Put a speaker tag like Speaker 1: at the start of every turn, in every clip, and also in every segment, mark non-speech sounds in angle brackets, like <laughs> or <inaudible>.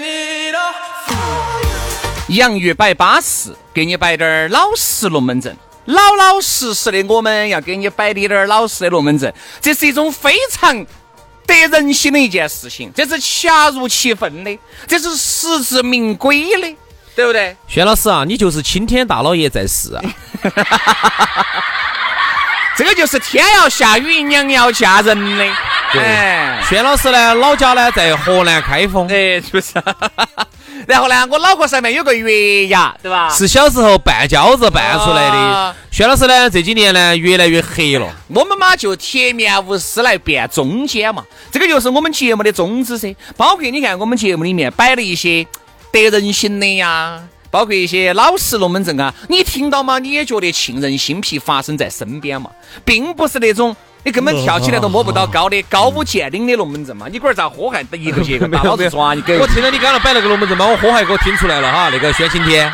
Speaker 1: it all.
Speaker 2: 洋芋摆巴适，给你摆点儿老实龙门阵。老老实实的，我们要给你摆的点儿老实的龙门阵，这是一种非常得人心的一件事情，这是恰如其分的，这是实至名归的，对不对？
Speaker 3: 轩老师啊，你就是青天大老爷在世啊！
Speaker 2: 这个就是天要下雨，娘要嫁人的，哎，
Speaker 3: 轩老师呢，老家呢在河南开封，
Speaker 2: 哎，是不 <laughs> 是？然后呢，我脑壳上面有个月牙，对吧？
Speaker 3: 是小时候拌饺子拌出来的
Speaker 2: 啊。
Speaker 3: 轩老师呢，这几年呢越来越黑 <laughs> 了。
Speaker 2: 我们嘛就铁面无私来辨中间嘛，这个就是我们节目的宗旨噻。包括你看我们节目里面摆了一些得人心的呀，包括一些老实龙门阵啊，你听到嘛，你也觉得沁人心脾，发生在身边嘛，并不是那种。你根本跳起来都摸不到高的，高屋建瓴的龙门阵嘛！你龟儿咋火还一个接
Speaker 3: <laughs>
Speaker 2: 一个打，老子抓你狗
Speaker 3: 我！听到你刚刚摆那个龙门阵，把我火还给我听出来了哈。那个轩晴天，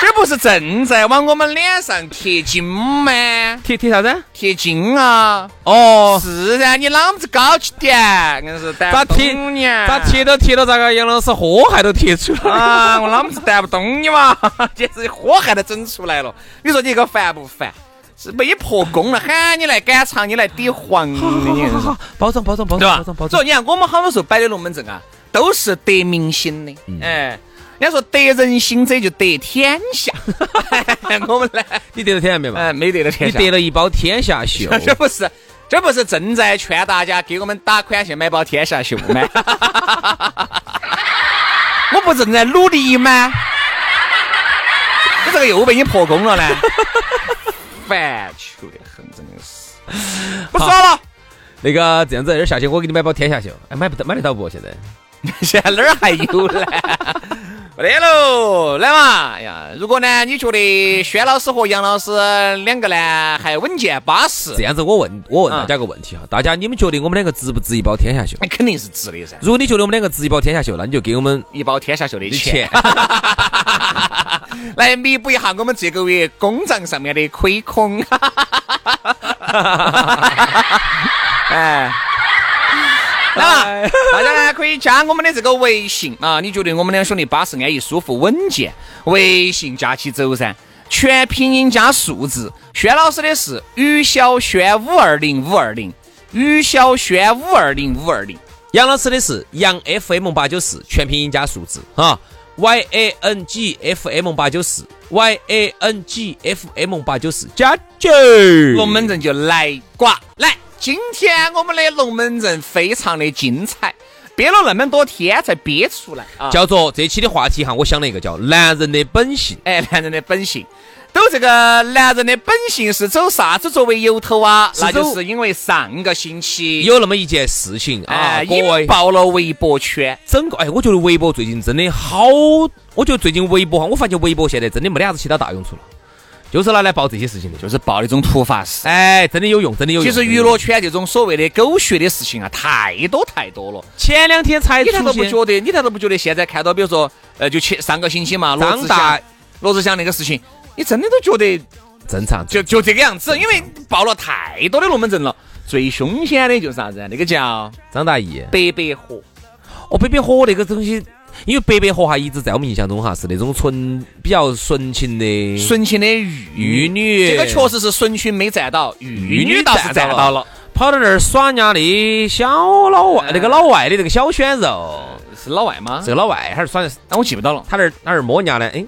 Speaker 2: 这不是正在往我们脸上贴金吗？
Speaker 3: 贴贴啥子？
Speaker 2: 贴金啊！
Speaker 3: 哦，
Speaker 2: 是噻，你啷么子高级点？硬是担
Speaker 3: 咋
Speaker 2: 不
Speaker 3: 贴
Speaker 2: 动你？
Speaker 3: 咋贴都贴到咋个？杨老师火还都贴出来了。
Speaker 2: <laughs> 啊？我啷么子担不动你嘛？ <laughs> 简直火还都整出来了。你说你个烦不烦？是没破功了，喊你来赶场，你来抵黄的，你硬 <laughs> 是
Speaker 3: 啊包装包装包
Speaker 2: 对吧
Speaker 3: 装包装包？
Speaker 2: 所
Speaker 3: 装。
Speaker 2: 以你看，我们好多时候摆的龙门阵啊，都是得民心的，哎。人家说得人心者就得天下， <laughs> 哎我们呢，
Speaker 3: 你得到天下没嘛？
Speaker 2: 哎，没得了天
Speaker 3: 你
Speaker 2: 下，
Speaker 3: 得了一包天下秀。
Speaker 2: <laughs> 这不是，这不是正在劝大家给我们打款去买包天下秀吗？ <laughs> 我不正在努力吗？你这个又被你破功了呢， <laughs> 烦球的很，真的是。不说 <laughs> 了，
Speaker 3: <laughs> 那个这样子，这儿下去我给你买包天下秀。哎，买不到买得到不？现在？
Speaker 2: 现在哪儿还有呢？ <laughs> 没得喽，来嘛！哎呀，如果呢，你觉得轩老师和杨老师两个呢还稳健巴适
Speaker 3: <laughs> 这，样子，我问我问大家个问题哈，大家你们觉得我们两个值不值一包天下秀？
Speaker 2: 那肯定是值的噻。
Speaker 3: 如果你觉得我们两个值一包天下秀，那你就给我们
Speaker 2: 一包天下秀的
Speaker 3: 的
Speaker 2: 钱
Speaker 3: 钱。
Speaker 2: 来弥补一下我们这个月公账上面的亏空。 <laughs> 哎。来嘛，大家呢可以加我们的这个微信啊！你觉得我们两兄弟巴适、安逸、舒服、稳健，微信加起走噻，全拼音加数字。轩老师的是于小轩五二零五二零，于小轩五二零五二零。
Speaker 3: 杨老师的是杨 FM 八九四，全拼音加数字啊，Y A N G F M 八九四，Y A N G F M 八九四加九。
Speaker 2: 龙门阵就来瓜来。今天我们的龙门阵非常的精彩，憋了那么多天才憋出来啊！
Speaker 3: 叫做这期的话题哈，我想了一个叫“男人的本性
Speaker 2: 哎，男人的本性，都这个男人的本性是走啥子作为由头啊？
Speaker 3: 是
Speaker 2: 那
Speaker 3: 走
Speaker 2: 就是因为上个星”，期
Speaker 3: 有那么一件事情啊，
Speaker 2: 哎
Speaker 3: 各位
Speaker 2: 引爆了微博圈，
Speaker 3: 整个哎，我觉得微博最近真的好，我觉得最近微博哈，我发现微博现在真的没得啥子其他大用处了，就是拿来报这些事情的。
Speaker 2: 就是爆那种突发事。
Speaker 3: 哎，真的有用，真的有用。
Speaker 2: 其实
Speaker 3: 真的
Speaker 2: 娱
Speaker 3: 有
Speaker 2: 乐
Speaker 3: 用
Speaker 2: 圈这种所谓的狗血的事情啊，太多太多了。
Speaker 3: 前两天才
Speaker 2: 你难
Speaker 3: 出
Speaker 2: 道不
Speaker 3: 现
Speaker 2: 觉得？你难道不觉得现在看到，比如说，呃，就前上个星期嘛，罗
Speaker 3: 张
Speaker 2: 志
Speaker 3: 大
Speaker 2: 祥，罗志祥那个事情，你真的都觉得
Speaker 3: 正常，
Speaker 2: 就就这个样子，因为爆了太多的龙门阵了。最凶险的就是啥子？啊那个叫
Speaker 3: 张大奕。
Speaker 2: 白百合，
Speaker 3: 哦，白百合那个东西，因为白百合哈一直在我们印象中哈是那种纯比较纯情的
Speaker 2: 纯情的玉
Speaker 3: 玉女
Speaker 2: 这个确实是纯情没占到，玉
Speaker 3: 嗯玉女
Speaker 2: 女倒是
Speaker 3: 占
Speaker 2: 占
Speaker 3: 到
Speaker 2: 到了。
Speaker 3: 跑到那儿耍人家的小老外，那个老外的那个小鲜肉，
Speaker 2: 是老外吗？
Speaker 3: 这个老外还是耍，
Speaker 2: 那我记不到了。
Speaker 3: 他那儿他那儿摸人家的，哎，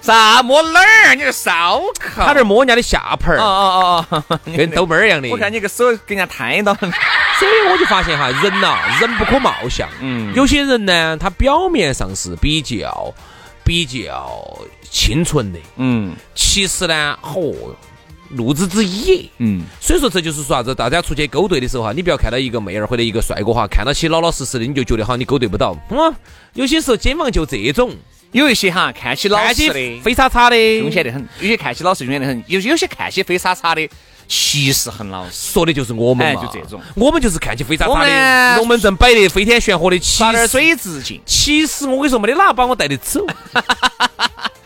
Speaker 2: 啥摸哪儿？你这烧烤？
Speaker 3: 他那儿摸人家的下盘
Speaker 2: 哦
Speaker 3: 儿，
Speaker 2: 哦哦哦，
Speaker 3: 跟逗妹儿一样的。
Speaker 2: <laughs> 我看你个手给人家抬到了。
Speaker 3: 所以我就发现哈，人呐、人不可貌相。
Speaker 2: 嗯
Speaker 3: 有些人呢，他表面上是比较比较清纯的，
Speaker 2: 嗯
Speaker 3: 其实呢，嚯、路子之野。
Speaker 2: 嗯，
Speaker 3: 所以说这就是说啥子，大家出去勾兑的时候哈，你不要看到一个妹儿或者一个帅哥哈，看到起老老实实的，你就觉得哈你勾兑不到。嗯，有些时候肩膀就这种，
Speaker 2: 有一些哈看起老
Speaker 3: 看
Speaker 2: 实
Speaker 3: 起
Speaker 2: 的，
Speaker 3: 飞叉叉的，
Speaker 2: 凶险得很；有些看起老实，凶险得很；有有些看起飞沙沙的，其实很老实。
Speaker 3: 说的就是我们嘛，
Speaker 2: 哎就这种
Speaker 3: 我们就是看起飞叉
Speaker 2: 我
Speaker 3: 叉
Speaker 2: 们
Speaker 3: 的，龙门阵摆的飞天旋火的，其
Speaker 2: 耍点
Speaker 3: 实
Speaker 2: 水自尽。
Speaker 3: 其实我跟你说，没得哪把我带得走。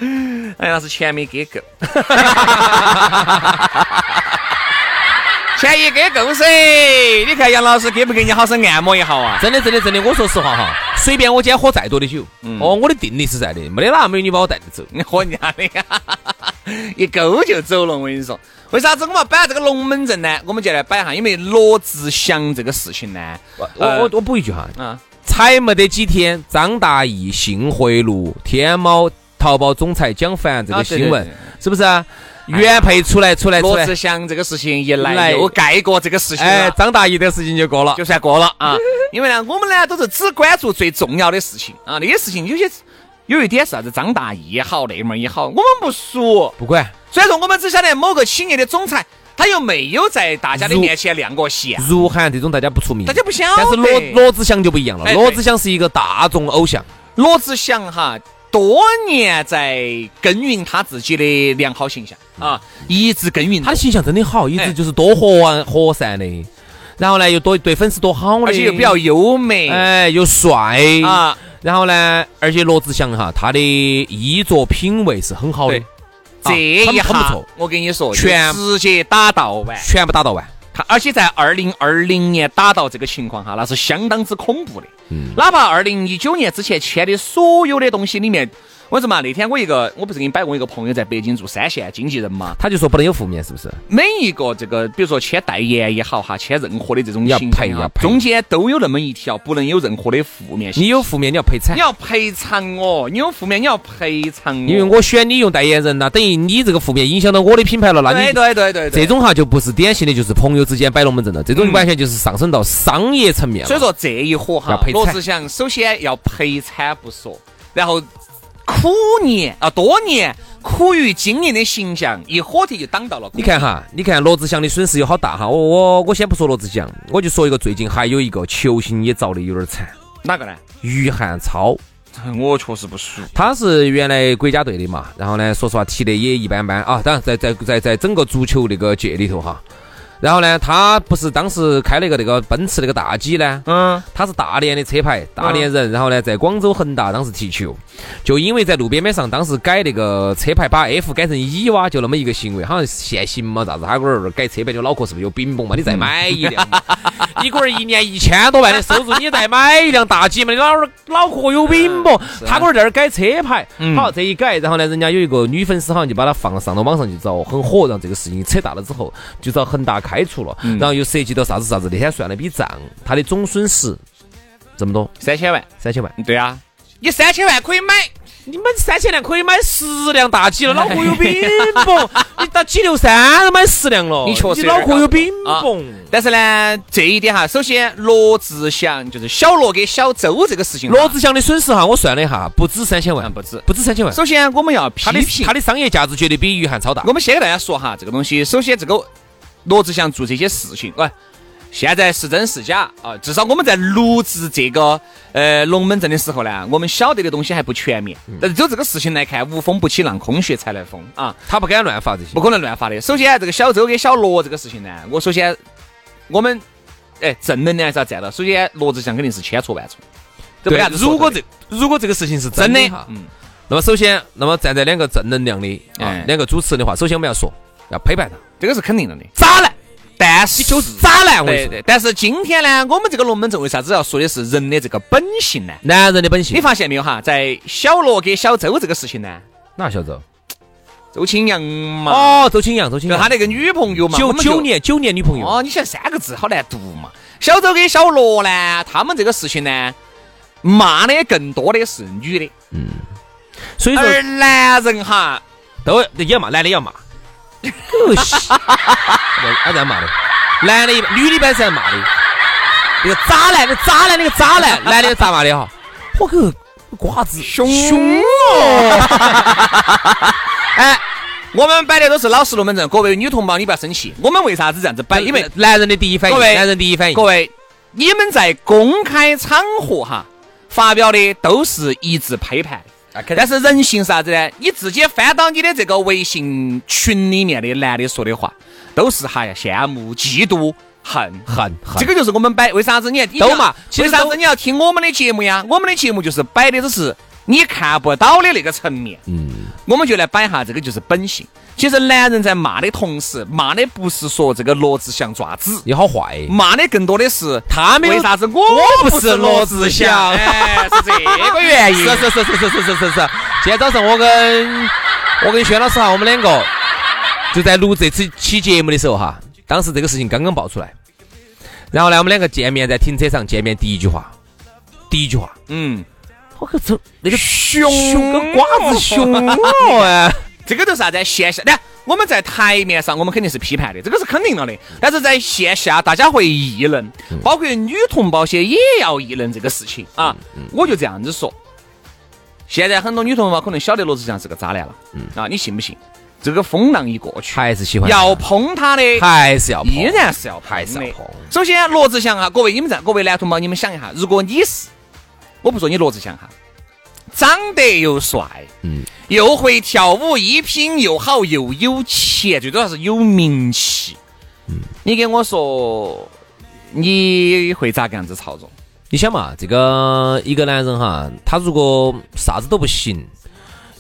Speaker 2: 哎，那是钱没给够， <laughs> 钱一给够噻。你看杨老师给不给你好生按摩一下啊？
Speaker 3: <laughs> 真的，真的，真的，我说实话哈，随便我今天喝再多的酒，哦，我的定力是在的，没得哪美女把我带得走。
Speaker 2: 你喝人家的， <laughs> 一勾就走了。我跟你说，为啥子我们要摆这个龙门阵呢？我们就来摆一下，因为罗志祥这个事情呢，呃
Speaker 3: 我我我补一句哈，
Speaker 2: 啊，
Speaker 3: 才没得几天，张大奕性贿赂天猫淘宝总裁蒋凡这
Speaker 2: 啊
Speaker 3: 个
Speaker 2: 对
Speaker 3: 新
Speaker 2: 对
Speaker 3: 闻
Speaker 2: 对，哎
Speaker 3: 是不是啊？原配出来，出来，出
Speaker 2: 罗
Speaker 3: 来
Speaker 2: 志，祥这个事情一来
Speaker 3: 来
Speaker 2: 又盖过这个事情了
Speaker 3: 哎，张大奕的事情就过了
Speaker 2: <laughs> 就。算过了啊。因为呢，我们呢都是只关注最重要的事情啊，那些事情有些有一点是啥子张大奕也好，那门儿也好，我们不熟。
Speaker 3: 不管，
Speaker 2: 虽然说我们只晓得某个企业的总裁，他又没有在大家的面前亮过相，
Speaker 3: 如涵这种大家不出名，
Speaker 2: 大家不晓得。
Speaker 3: 但是罗罗志祥就不一样了
Speaker 2: 哎，对
Speaker 3: 罗志祥是一个大众偶像，
Speaker 2: 罗志祥哈，多年在耕耘他自己的良好形象啊，一直耕耘
Speaker 3: 他的形象真的好，一
Speaker 2: 哎
Speaker 3: 直就是多和完和善的，然后呢又多对粉丝多好的，
Speaker 2: 而且又比较优美
Speaker 3: 哎，又帅
Speaker 2: 啊。
Speaker 3: 然后呢，而且罗志祥哈，他的衣着品味是很好的
Speaker 2: 对，这一
Speaker 3: 很很不
Speaker 2: 下
Speaker 3: 错，
Speaker 2: 我跟你说，
Speaker 3: 全
Speaker 2: 就直接打到完。
Speaker 3: 全部打到完。
Speaker 2: 看，而且在二零二零年打到这个情况哈，那是相当之恐怖的。
Speaker 3: 嗯
Speaker 2: 哪怕二零一九年之前签的所有的东西里面，我说嘛，那天我一个，我不是给你摆过一个朋友在北京做三线经纪人嘛，
Speaker 3: 他就说不能有负面，是不是？
Speaker 2: 每一个这个，比如说签代言也好哈，签任何的这种
Speaker 3: 要
Speaker 2: 形象
Speaker 3: 赔
Speaker 2: 啊
Speaker 3: 要赔
Speaker 2: 中间都有那么一条，不能有任何的负面信息。
Speaker 3: 你有负面，你要赔惨
Speaker 2: 你。要赔偿我，你有负面你要赔偿哦我，
Speaker 3: 因为我选你用代言人了，等于你这个负面影响到我的品牌了，那
Speaker 2: 对
Speaker 3: 你
Speaker 2: 对对对对，
Speaker 3: 这种哈就不是典型的，就是朋友之间摆龙门阵了，这种完全就是上升到商业层面了。
Speaker 2: 所以说这一伙哈
Speaker 3: 要，赔
Speaker 2: 罗
Speaker 3: 惨
Speaker 2: 志祥首先要赔惨不说，然后苦年啊多年苦于经营的形象一火提就挡到了。
Speaker 3: 你看哈，你看罗志祥的损失有好大哈。我哦我我先不说罗志祥，我就说一个最近还有一个球星也遭的有点惨，
Speaker 2: 哪个呢？
Speaker 3: 于汉超。
Speaker 2: 我确实不熟。
Speaker 3: 他是原来国家队的嘛，然后呢，说实话踢得也一般般啊。当然在，在在在整个足球那个界里头哈，然后呢，他不是当时开了一个那个奔驰那个大 G 呢，
Speaker 2: 嗯，
Speaker 3: 他是大连的车牌，大连人，然后呢，在广州恒大当时踢球，就因为在路边边上当时改那个车牌，把 F 改成 E 哇，就那么一个行为，好像限行嘛，啥子？他龟儿改车牌就脑壳是不是有病崩嘛？你再买一辆嘛，你龟儿 <laughs> 一年一千多万的收入，你再买一辆大 G 嘛？你脑儿脑壳有病
Speaker 2: <laughs>
Speaker 3: 不？
Speaker 2: 啊
Speaker 3: 他龟儿在那儿改车牌，
Speaker 2: 嗯
Speaker 3: 好这一改，然后呢，人家有一个女粉丝好像就把他放上到网上去找，很火，让这个事情扯大了之后，就遭恒大开除了，
Speaker 2: 嗯
Speaker 3: 然后又涉及到啥子啥子，那天算了笔账，他的总损失。这么多，
Speaker 2: 三千万，
Speaker 3: 三千万。
Speaker 2: 对啊，你三千万可以买，
Speaker 3: 你们三千辆可以买十辆大 G 了，脑壳有病
Speaker 2: <laughs>
Speaker 3: 不？你到 G 六三都买十辆了，
Speaker 2: 你确实
Speaker 3: 脑壳有病
Speaker 2: 啊
Speaker 3: 不？
Speaker 2: 但是呢，这一点哈，首先罗志祥就是小罗跟小周这个事情哈，
Speaker 3: 罗志祥的损失哈，我算了一下，不止三千万，
Speaker 2: 嗯不止
Speaker 3: 不止三千万。
Speaker 2: 首先我们要批
Speaker 3: 他的
Speaker 2: 评
Speaker 3: 他的商业价值绝对比于汉超大
Speaker 2: 我。们先给大家说哈，这个东西，首先这个罗志祥做这些事情，喂，现在是真是假啊？至少我们在录制这个呃龙门阵的时候呢，我们晓得的东西还不全面。
Speaker 3: 嗯
Speaker 2: 但是就这个事情来看，无风不起浪，空穴才来风啊，
Speaker 3: 他不敢乱发这些
Speaker 2: 不。可能乱发的。首先，这个小周跟小罗这个事情呢，我首先我们哎正能量还是要站到。首先，罗志祥肯定是千错万错，这没啥子
Speaker 3: 如
Speaker 2: 说头的。
Speaker 3: 果这如果这个事情是真
Speaker 2: 真
Speaker 3: 的
Speaker 2: 的
Speaker 3: 哈，，
Speaker 2: 嗯，
Speaker 3: 那么首先，那么站在两个正能量的啊
Speaker 2: 哎
Speaker 3: 两个主持人的话，首先我们要说，要批判他，
Speaker 2: 这个是肯定的。渣男，但是
Speaker 3: 你就是渣男，我跟
Speaker 2: 对
Speaker 3: 你
Speaker 2: 对
Speaker 3: 说，，
Speaker 2: 但是今天呢，我们这个龙门阵为啥子要说的是人的这个本性呢？
Speaker 3: 男人的本
Speaker 2: 你
Speaker 3: 性。
Speaker 2: 发现没有哈，在小罗跟小周这个事情呢，
Speaker 3: 哪小周？
Speaker 2: 这周青阳嘛，
Speaker 3: 哦，周青阳，周青
Speaker 2: 就
Speaker 3: 阳，
Speaker 2: 啊他那个女朋友嘛，
Speaker 3: 九
Speaker 2: 我们就
Speaker 3: 九年九年女朋友，
Speaker 2: 哦，你想三个字好难读嘛。小周跟小罗呢，他们这个事情呢，骂的更多的是女的，
Speaker 3: 所以说
Speaker 2: 而男人哈，
Speaker 3: 都也骂，男的也骂，狗 <laughs> 屁，他在骂的，男的一般，女的一般是在骂的，那个渣男，那个渣男，那个渣男，男的咋骂的哈？我个瓜子
Speaker 2: 凶
Speaker 3: 凶哦
Speaker 2: 哎，我们摆的都是老实龙门阵。各位女同胞，你不要生气，我们为啥子这样子
Speaker 3: 哎呃
Speaker 2: 摆？因为
Speaker 3: 男人的第一反应，
Speaker 2: 各位
Speaker 3: 男人第一反应
Speaker 2: 各，位，你们在公开场合哈发表的都是一致批判
Speaker 3: 啊
Speaker 2: 的。但是人性是啥子呢？你自己翻到你的这个微信群里面的男的说的话，都是哈呀羡慕、嫉妒、恨。
Speaker 3: 恨恨，
Speaker 2: 这个就是我们摆，为啥子你看你要
Speaker 3: 都嘛其
Speaker 2: 为
Speaker 3: 实
Speaker 2: 啥
Speaker 3: 都
Speaker 2: 子你要听我们的节目呀？我们的节目就是摆的都是你看不到的那个层面。
Speaker 3: 嗯，
Speaker 2: 我们就来摆一下这个就是本性。其实男人在骂的同时，骂的不是说这个骡子像爪子，
Speaker 3: 你好坏，
Speaker 2: 骂的更多的是
Speaker 3: 他没有
Speaker 2: 为啥子我
Speaker 3: 我不
Speaker 2: 不
Speaker 3: 是
Speaker 2: 是
Speaker 3: 罗
Speaker 2: 罗
Speaker 3: 志
Speaker 2: 志
Speaker 3: 祥
Speaker 2: 祥？哎，是这个原因。
Speaker 3: 是是是是是是是是是。今天早上我跟我跟轩老师哈，我们两个就在录这次期节目的时候哈，当时这个事情刚刚爆出来，然后呢，我们两个见面在停车场见面，第一句话，第一句话，
Speaker 2: 嗯，
Speaker 3: 我靠，这那个
Speaker 2: 熊
Speaker 3: 熊跟瓜子熊哦哎，
Speaker 2: 这个都是啥子线下？来，我们在台面上我们肯定是批判的，这个是肯定了的。但是在线下大家会议论，
Speaker 3: 嗯
Speaker 2: 包括女同胞些也要议论这个事情啊。
Speaker 3: 嗯
Speaker 2: 我就这样子说，现在很多女同胞可能晓得罗志祥是个渣男了，啊，你信不信？这个风浪一过去，
Speaker 3: 还是嗯喜欢
Speaker 2: 要碰他的
Speaker 3: 还是要碰
Speaker 2: 依然是要
Speaker 3: 还是要
Speaker 2: 的
Speaker 3: 碰
Speaker 2: 首先，罗志祥哈，各位你们在，各位男同胞，你们想一下，如果你是，我不说你罗志祥哈，长得又帅，
Speaker 3: 嗯，
Speaker 2: 又会跳舞，衣品又好，又有钱，最主要是有名气。嗯，你给我说，你会咋个样子操作？
Speaker 3: 你想嘛，这个一个男人哈，他如果啥子都不行，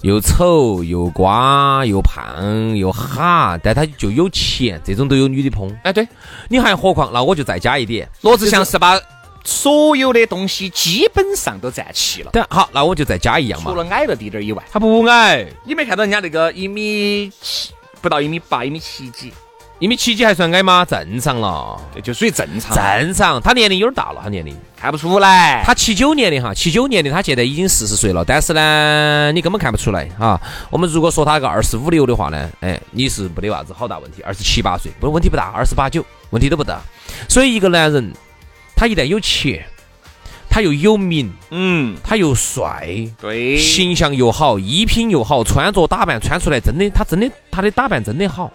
Speaker 3: 又丑又瓜又胖又哈，但他就有钱，这种都有女的捧。
Speaker 2: 哎，对，
Speaker 3: 你还何况，那我就再加一点，
Speaker 2: 罗志祥是把所有的东西基本上都占齐了，
Speaker 3: 但好，那我就再加一样
Speaker 2: 除
Speaker 3: 嘛。
Speaker 2: 了矮了滴点儿以外，
Speaker 3: 他不矮，
Speaker 2: 你没看到人家那个一米七，不到一米八，一米七几，
Speaker 3: 一米七几还算矮吗？正常了，
Speaker 2: 这就属于正常。
Speaker 3: 正常。他年龄有点大了，他年龄，
Speaker 2: 看不出来。
Speaker 3: 他七九年的哈，七九年的他现在已经四十岁了，但是呢，你根本看不出来啊。我们如果说他个二十五六的话呢，哎，你是没得啥子好大问题。二十七八岁，不问题不大，二十八九问题都不大。所以一个男人，他一旦有钱，他又有名，
Speaker 2: 嗯，
Speaker 3: 他又帅，
Speaker 2: 对，
Speaker 3: 形象又好，衣品又好，穿着打扮穿出来真的，他真的他的打扮真的好。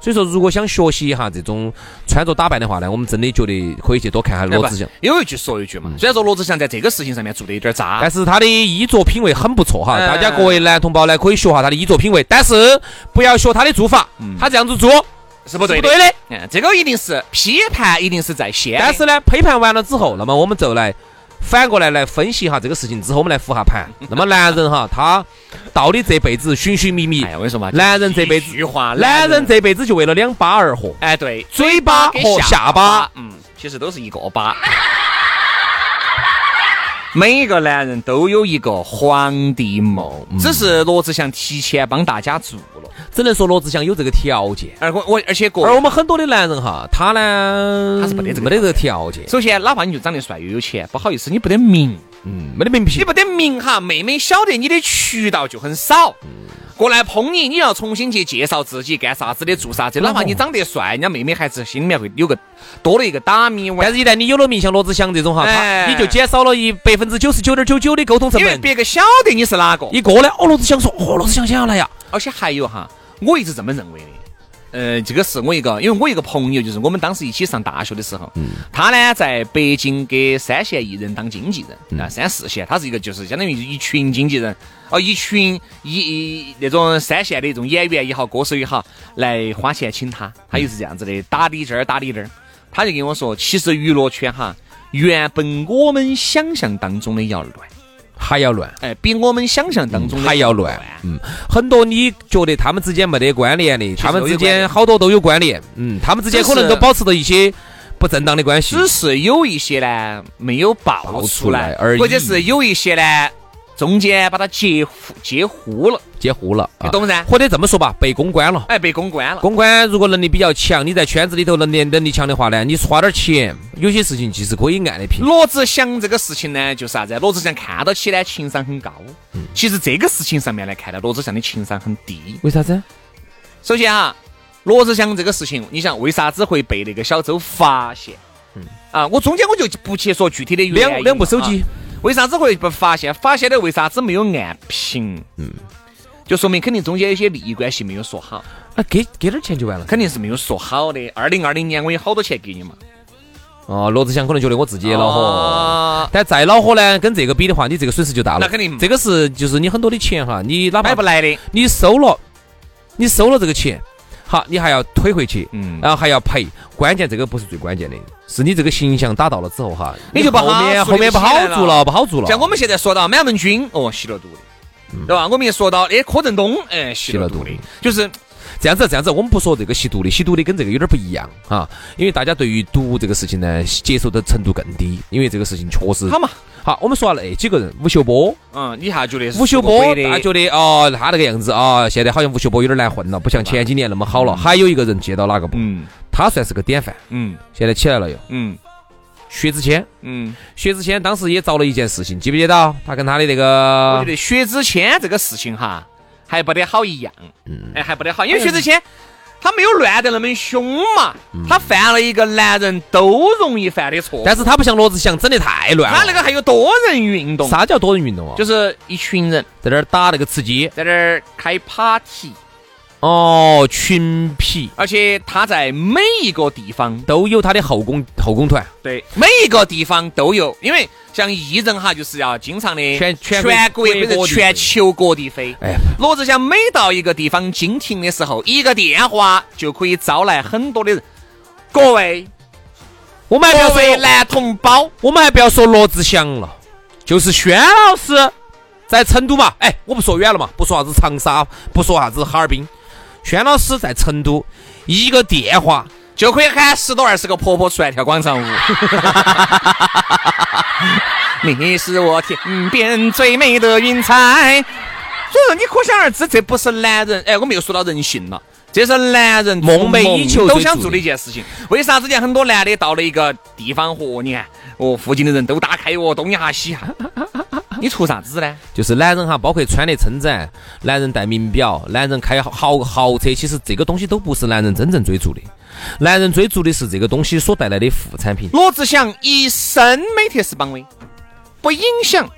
Speaker 3: 所以说，如果想学习一下这种穿着打扮的话呢，我们真的觉得可以去多看下
Speaker 2: 对
Speaker 3: 罗
Speaker 2: 吧
Speaker 3: 志祥。。嗯
Speaker 2: 有一句说一句嘛，虽然说罗志祥在这个事情上面做的有点渣
Speaker 3: 但，是他的衣着品味很不错哈，
Speaker 2: 嗯
Speaker 3: 大家各位男同胞呢可以学下他的衣着品味，但是不要学他的做法，他这样子做
Speaker 2: 是嗯不
Speaker 3: 是
Speaker 2: 对
Speaker 3: 不
Speaker 2: 的。
Speaker 3: 对的。
Speaker 2: 嗯，这个一定是批判，一定是在先的。
Speaker 3: 但是呢，批判完了之后，那么我们就来反过来来分析一下这个事情之后，我们来复下
Speaker 2: <laughs>
Speaker 3: 盘。那么男人哈，他到底这辈子寻寻觅觅
Speaker 2: 哎，呀，我跟你说嘛，
Speaker 3: 男人这辈子
Speaker 2: 一句话，
Speaker 3: 男人这辈子就为了两巴而活，
Speaker 2: 哎对，
Speaker 3: 嘴巴
Speaker 2: 跟
Speaker 3: 和下巴。，
Speaker 2: 嗯，其实都是一个巴。 <laughs> 每一个男人都有一个皇帝梦，
Speaker 3: 嗯
Speaker 2: 只是罗志祥提前帮大家做了。
Speaker 3: 只能说罗志祥有这个条件。
Speaker 2: 而我我而且各
Speaker 3: 而
Speaker 2: 位，
Speaker 3: 我们很多的男人哈，他呢，
Speaker 2: 他是没得这个
Speaker 3: 没得这个条件，
Speaker 2: 首先哪怕你就长得帅又有钱，不好意思，你不得名。
Speaker 3: 嗯，没得名
Speaker 2: 你
Speaker 3: 片。
Speaker 2: 不得名哈，妹妹晓得你的渠道就很少，过来捧你，你要重新去介绍自己干啥子的，做啥子的。哪怕你长得帅，人家妹妹还是心里面会有个多了一个打米碗
Speaker 3: 但。是，一旦你有了名，像罗志祥这种哈，他
Speaker 2: 哎
Speaker 3: 你就减少了一百分之九十九点九九的沟通成
Speaker 2: 因为
Speaker 3: 本。
Speaker 2: 别个晓得你是哪个，
Speaker 3: 一过来，哦，罗志祥说，哦，罗志祥想要来呀，
Speaker 2: 而且还有哈，我一直这么认为的。呃，这个是我一个，因为我一个朋友，就是我们当时一起上大学的时候，
Speaker 3: 嗯
Speaker 2: 他呢在北京给三线艺人当经纪
Speaker 3: 嗯
Speaker 2: 人啊，三四线，他是一个就是相当于一群经纪人，哦，一群一一那种三线的这种演员也好，歌手也好，来花钱请
Speaker 3: 嗯
Speaker 2: 他，他又是这样子的，打理这儿打理那儿，他就跟我说，其实娱乐圈哈，原本我们想象当中的要乱，
Speaker 3: 还要乱，
Speaker 2: 哎，比我们想象当中的
Speaker 3: 还要乱。嗯，很多你觉得他们之间没得关联的，他们之间好多都有关联。嗯，他们之间可能
Speaker 2: 只
Speaker 3: 都
Speaker 2: 是
Speaker 3: 保持着一些不正当的关系。
Speaker 2: 只是有一些呢没有爆
Speaker 3: 爆出
Speaker 2: 出
Speaker 3: 来
Speaker 2: 来
Speaker 3: 而已
Speaker 2: 或者是有一些呢中间把它截胡截糊了，
Speaker 3: 截胡了，啊
Speaker 2: 你懂噻
Speaker 3: 或者这么说吧，被公关了。
Speaker 2: 哎，被公关了。
Speaker 3: 公关如果能力比较强，你在圈子里头能力能力强的话呢，你花点钱，有些事情其实可以按得平。
Speaker 2: 罗志祥这个事情呢，就是啥子？罗志祥看到起呢，情商很高。
Speaker 3: 嗯
Speaker 2: 其实这个事情上面来看呢，罗志祥的情商很低。
Speaker 3: 为啥子？
Speaker 2: 首先哈，罗志祥这个事情，你想为啥子会被那个小周发现？嗯，啊，我中间我就不去说具体的原因了
Speaker 3: 两两部手机
Speaker 2: 啊为啥子会被发现？发现了为啥子没有按平？嗯，就说明肯定中间有些利益关系没有说好，
Speaker 3: 啊，给给点钱就完了。
Speaker 2: 肯定是没有说好的。二零二零年我有好多钱给你嘛，
Speaker 3: 哦，罗志祥可能觉得我自己也恼火，
Speaker 2: 啊
Speaker 3: 但再恼火呢，跟这个比的话，你这个损失就大了。
Speaker 2: 那肯定嘛
Speaker 3: 这个是就是你很多的钱哈，你哪怕
Speaker 2: 买不来的。
Speaker 3: 你收了，你收了这个钱，好，你还要退回去，
Speaker 2: 嗯
Speaker 3: 然后还要赔。关键这个不是最关键的，是你这个形象打到了之后哈，
Speaker 2: 你就不
Speaker 3: 后
Speaker 2: 好
Speaker 3: 面
Speaker 2: 树立
Speaker 3: 后面
Speaker 2: 起
Speaker 3: 不
Speaker 2: 来
Speaker 3: 好
Speaker 2: 了
Speaker 3: 做了，不好做了。
Speaker 2: 像我们现在说到满文军，哦，吸了毒的，对吧？我们也说到，哎，柯震东，哎，
Speaker 3: 嗯吸
Speaker 2: 吸
Speaker 3: 了
Speaker 2: 了
Speaker 3: 毒
Speaker 2: 毒的
Speaker 3: 的，
Speaker 2: 就是
Speaker 3: 这样子，这样子，我们不说这个吸毒的，吸毒的跟这个有点不一样啊，因为大家对于毒这个事情呢，接受的程度更低，因为这个事情确实
Speaker 2: 他嘛，
Speaker 3: 好。我们说完了那几个人，吴秀波，
Speaker 2: 嗯，你一下觉 <laughs> 得是
Speaker 3: 吴秀
Speaker 2: 做
Speaker 3: 波
Speaker 2: 鬼，
Speaker 3: 大家
Speaker 2: 的，
Speaker 3: 觉得哦，他那个样子啊、现在好像吴秀波有点难混了，不像前几年那么好了。还有一个人接到哪个不，
Speaker 2: 嗯
Speaker 3: 他算是个典范，
Speaker 2: 嗯
Speaker 3: 现在起来了又。
Speaker 2: 嗯
Speaker 3: 薛之谦，
Speaker 2: 嗯，
Speaker 3: 薛之谦当时也遭了一件事情，记不记得到？他跟他的那
Speaker 2: 我觉
Speaker 3: 个
Speaker 2: <laughs> 得薛之谦这个事情哈，还不得好一样，
Speaker 3: 嗯
Speaker 2: 哎，还不得好，因为薛之谦。他没有乱得那么凶嘛，他犯了一个男人都容易犯的错，
Speaker 3: 嗯但是他不像罗志祥整的太乱了。
Speaker 2: 他那个还有多人运动，
Speaker 3: 啥叫多人运动啊？就
Speaker 2: 就是一群人
Speaker 3: 在那儿打那个吃鸡，
Speaker 2: 在那儿开 party，
Speaker 3: 哦，群批
Speaker 2: 而且他在每一个地方
Speaker 3: 都有他的后宫后宫团，
Speaker 2: 对，每一个地方都有，因为像艺人哈，就是要经常的
Speaker 3: 全全
Speaker 2: 全
Speaker 3: 国
Speaker 2: 国
Speaker 3: 各
Speaker 2: 或
Speaker 3: 地
Speaker 2: 者全球各地飞。
Speaker 3: 哎呀
Speaker 2: 罗志祥每到一个地方经停的时候，一个电话就可以招来很多的人。各位，
Speaker 3: 我们还不要
Speaker 2: 各位
Speaker 3: 说，
Speaker 2: 男同胞，
Speaker 3: 我们还不要说罗志祥了，就是轩老师在成都嘛，哎，我不说远了嘛，不说啥子长沙，不说啥子哈尔滨，轩老师在成都一个电话，
Speaker 2: 就可以喊十多二十个婆婆出来跳广场舞。你是我天边最美的云彩。所以说，你可想而知，这不是男人。哎，我们又说到人性了，这是男人
Speaker 3: 梦寐以求
Speaker 2: 都
Speaker 3: 最
Speaker 2: 想
Speaker 3: 做
Speaker 2: 做
Speaker 3: 的
Speaker 2: 的一件事情。为啥之前很多男的到了一个地方，嚯，你看，哦，附近的人都打开哦，东一下西一下，你图啥子呢？
Speaker 3: 就是男人哈，包括穿得称展，男人戴名表，男人开豪豪车，其实这个东西都不是男人真正追逐的，男人追逐的是这个东西所带来的副产品。
Speaker 2: 罗志祥一生美特斯邦威，不影响，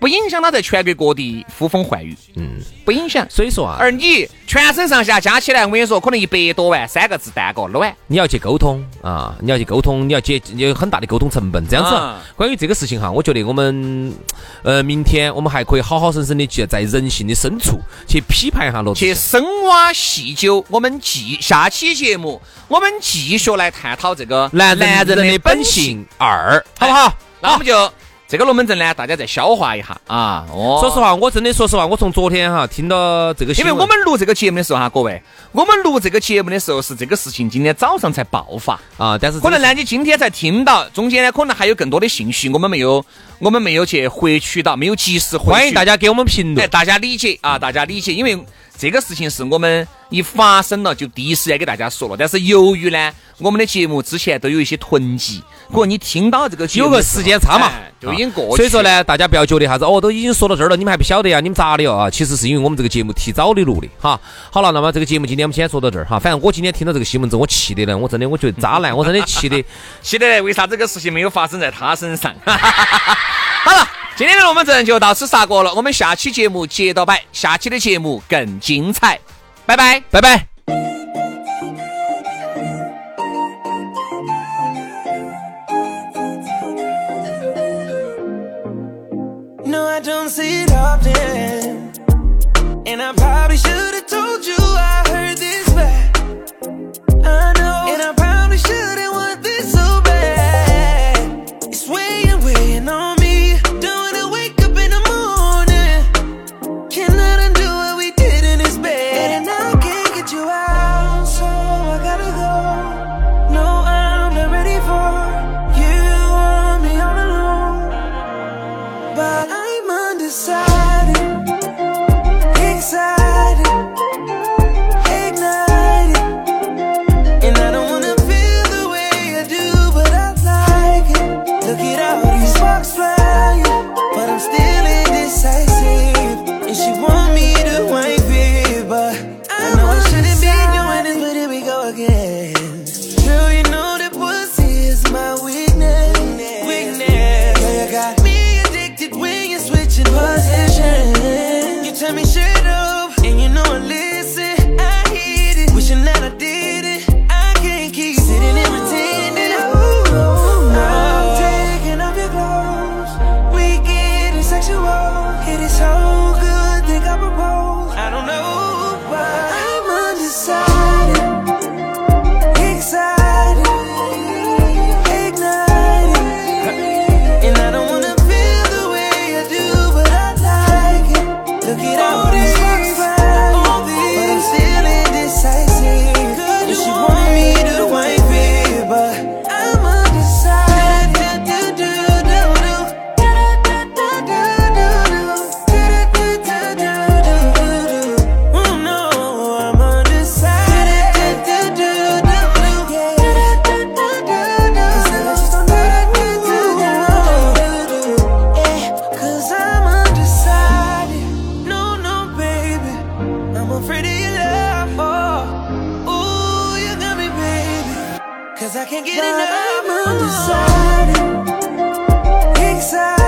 Speaker 2: 不影响他在全国各地呼风唤雨，嗯，不影响。
Speaker 3: 所以说啊，
Speaker 2: 而你全身上下加起来，我跟你说，可能一百多万，三个字蛋个卵。
Speaker 3: 你要去沟通啊，你要去沟通，你要解有很大的沟通成本。这样子啊，
Speaker 2: 啊
Speaker 3: 关于这个事情哈，我觉得我们呃，明天我们还可以好好生生的去在人性的深处去批判一下罗
Speaker 2: 去
Speaker 3: 志祥。
Speaker 2: 深挖细究，我们继下期节目，我们继续来探讨这个
Speaker 3: 男
Speaker 2: 男人
Speaker 3: 的
Speaker 2: 的
Speaker 3: 本
Speaker 2: 本性，
Speaker 3: 性
Speaker 2: 哎
Speaker 3: 二，好不好？
Speaker 2: 那我们就这个龙门阵呢，大家再消化一下啊。哦，
Speaker 3: 说实话，我真的说实话，我从昨天哈听到这个新
Speaker 2: 因为
Speaker 3: 闻，
Speaker 2: 我们录这个节目的时候哈、各位，我们录这个节目的时候是这个事情今天早上才爆发，
Speaker 3: 啊，但是这个
Speaker 2: 可能呢你今天才听到，中间呢可能还有更多的信息，我们没有，我们没有去获取到，没有及时获取。
Speaker 3: 欢迎大家给我们评
Speaker 2: 哎，
Speaker 3: 论。
Speaker 2: 大家理解啊，大家理解，因为这个事情是我们一发生了就第一时间给大家说了，但是由于呢，我们的节目之前都有一些囤积，可能你听到这个节目
Speaker 3: 有个时间差嘛啊
Speaker 2: 哎，就已经过去、
Speaker 3: 所以说，呢，大家不要觉得啥子哦，都已经说到这儿了，你们还不晓得呀？你们咋的哟啊？其实是因为我们这个节目提早的录的哈。好了，那么这个节目今天我们先说到这儿哈。反正我今天听到这个新闻之后，我气的呢，我真的我觉得渣男，我真的气的。
Speaker 2: 现在为啥这个事情没有发生在他身上？ <laughs> 好了，今天的龙门阵就到此杀过了，我们下期节目接着摆，下期的节目更精彩，拜拜。
Speaker 3: 拜拜。
Speaker 1: No, I don't see it often. And I probably should have told you I heard this back. I know. And I probably shouldn't want this so bad. It's weighing, weighing on me. Don't wanna wake up in the morning. Cannot undo what we did in this bed. And I can't get you out, so I gotta go. No, I'm not ready for you. Want me all alone but I'm undecided. let me shut up. And you know I listen, I hit it. Wishing that I did it. I can't keep sitting and pretending. Ooh, I'm taking off your clothes. We getting sexual. It is so good, think I propose. I don't know why I'm undecided. Excited, ignited, and I don't wanna feel the way I do, but I like it. Look at all these backfires, but I'm still indecisive. And she want me to wipe it, but I'm undecided. Do do do do do do do do do. Oh no, I'm undecided. Cause I'm undecided. No, no, baby. I'm afraid of your love. Oh, ooh, you got me, baby. Cause I can't get enough. I'm undecided. Excited.